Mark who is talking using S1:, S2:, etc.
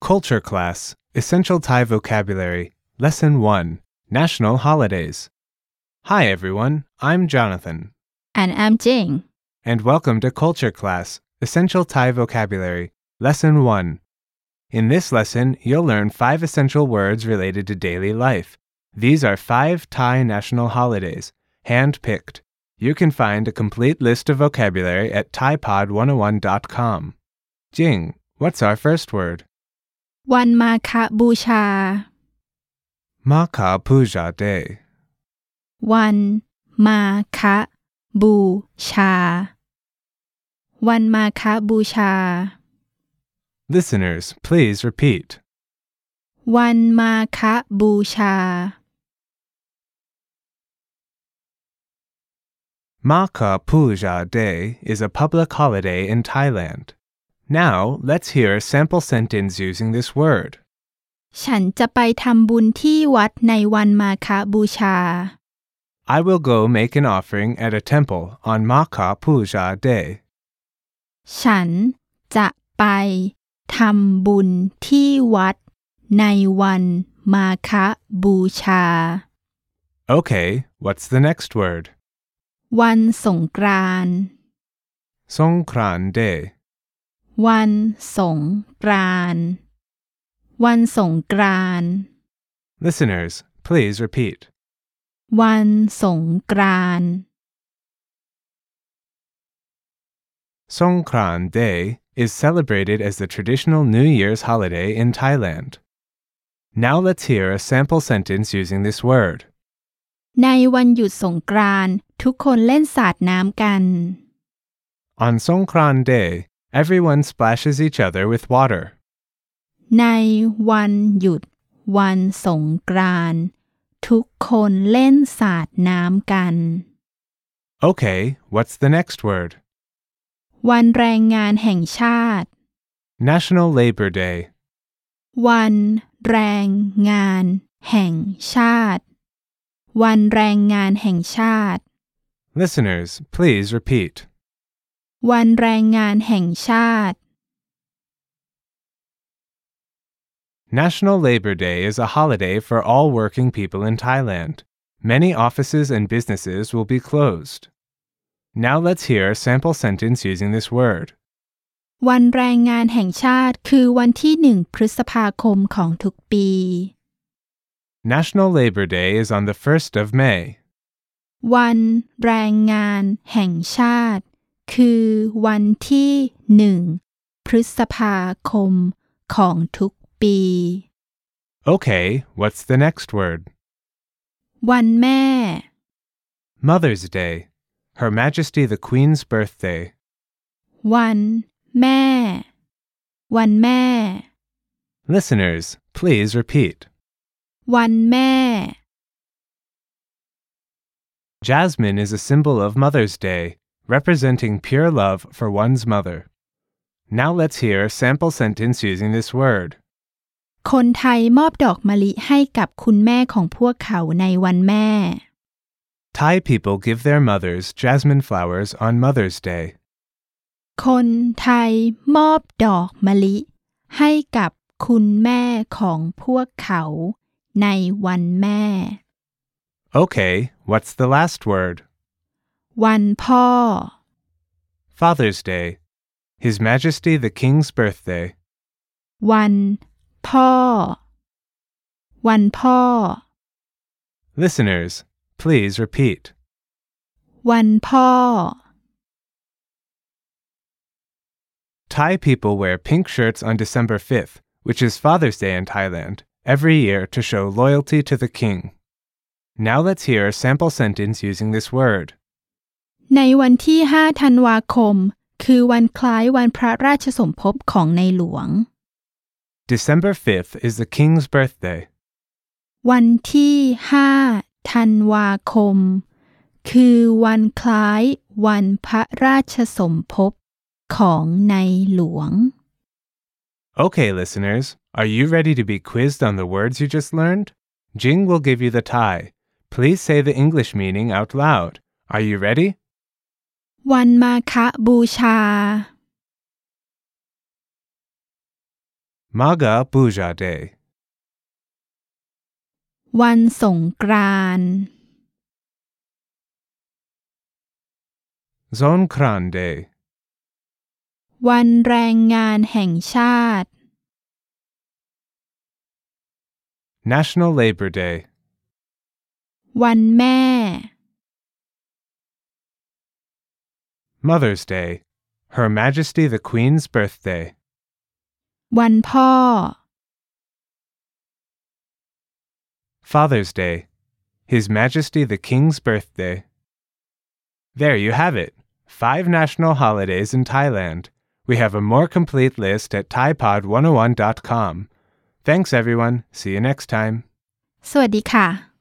S1: Culture Class Essential Thai Vocabulary Lesson 1 National Holidays. Hi everyone, I'm Jonathan,
S2: And I'm Jane.
S1: and welcome to Culture Class Essential Thai Vocabulary Lesson 1. In this lesson, you'll learn five essential words related to daily life. These are five Thai national holidays, hand picked. You can find a complete list of vocabulary at ThaiPod101.com. Jing, what's our first word?
S2: วันมาคบูชา
S1: Maka Puja Day.
S2: วันมาคบูชา วันมาคบูชา
S1: Listeners, please repeat.
S2: วันมาคบูชา
S1: Maka Puja Day is a public holiday in Thailand. Now, let's hear a sample sentence using this word.
S2: ฉันจะไปทำบุญที่วัดในวันมาคบูชา
S1: I will go make an offering at a temple on Maka Puja Day.
S2: ฉันจะไปทำบุญที่วัดในวันมาคบูชา
S1: Okay, what's the next word?
S2: วันสงกรานต์
S1: Songkran Day.
S2: วันสงกรานต์วันสงกรานต์
S1: Listeners, please repeat.
S2: วันสงกรานต์
S1: Songkran Day is celebrated as the traditional New Year's holiday in Thailand. Now let's hear a sample sentence using this word.
S2: ในวันหยุดสงกรานต์ทุกคนเล่นสาดน้ำกัน
S1: On Songkran Day, everyone splashes each other with water.
S2: ในวันหยุด วันสงกรานต์ทุกคนเล่นสาดน้ำกัน
S1: Okay, what's the next word?
S2: วันแรงงานแห่งชาติ
S1: National Labor Day.
S2: วันแรงงานแห่งชาติ วันแรงงานแห่งชาติ
S1: Listeners, please repeat.
S2: วันแรงงานแห่งชาติ
S1: National Labor Day is a holiday for all working people in Thailand. Many offices and businesses will be closed. Now let's hear a sample sentence using this word.
S2: วันแรงงานแห่งชาติคือวันที่หนึ่งพฤษภาคมของทุกปี
S1: National Labor Day is on the 1st of May.
S2: วันแรงงานแห่งชาติ คือวันที่หนึ่งพฤษภาคมของทุกปี
S1: Okay, what's the next word?
S2: วันแม่
S1: Mother's Day. Her Majesty the Queen's birthday.
S2: วันแม่ วันแม่
S1: Listeners, please repeat.
S2: วันแม่
S1: Jasmine is a symbol of Mother's Day, representing pure love for one's mother. Now let's hear a sample sentence using this word.
S2: คนไทยมอบดอกมะลิให้กับคุณแม่ของพวกเขาในวันแม่
S1: Thai people give their mothers jasmine flowers on Mother's Day.
S2: คนไทยมอบดอกมะลิ ให้กับคุณแม่ของพวกเขาในวันแม่
S1: Okay, what's the last word?
S2: วันพ่อ
S1: Father's Day. His Majesty the King's birthday.
S2: วันพ่อ วันพ่อ
S1: Listeners, please repeat.
S2: วันพ่อ
S1: Thai people wear pink shirts on December 5th, which is Father's Day in Thailand, every year to show loyalty to the king. Now let's hear a sample sentence using this word.
S2: ในวันที่ 5 ธันวาคม คือวันคล้ายวันพระราชสมภพของในหลวง
S1: December 5th is the king's birthday.
S2: วันที่ 5 ธันวาคม คือวันคล้ายวันพระราชสมภพของในหลวง
S1: Okay, listeners, are you ready to be quizzed on the words you just learned? Jing will give you the tie. Please say the English meaning out loud. Are you ready?
S2: วันมาฆบูชา
S1: Maga Puja Day,
S2: วันสงกรานต์
S1: Zonkran Day,
S2: วันแรงงานแห่งชาติ
S1: National Labor Day,
S2: วันแม่
S1: Mother's Day, Her Majesty the Queen's birthday,
S2: วันพ่อ
S1: Father's Day, His Majesty the King's birthday. There you have it. Five national holidays in Thailand. We have a more complete list at thaipod101.com. Thanks, everyone. See you next time.
S2: สวัสดีค่ะ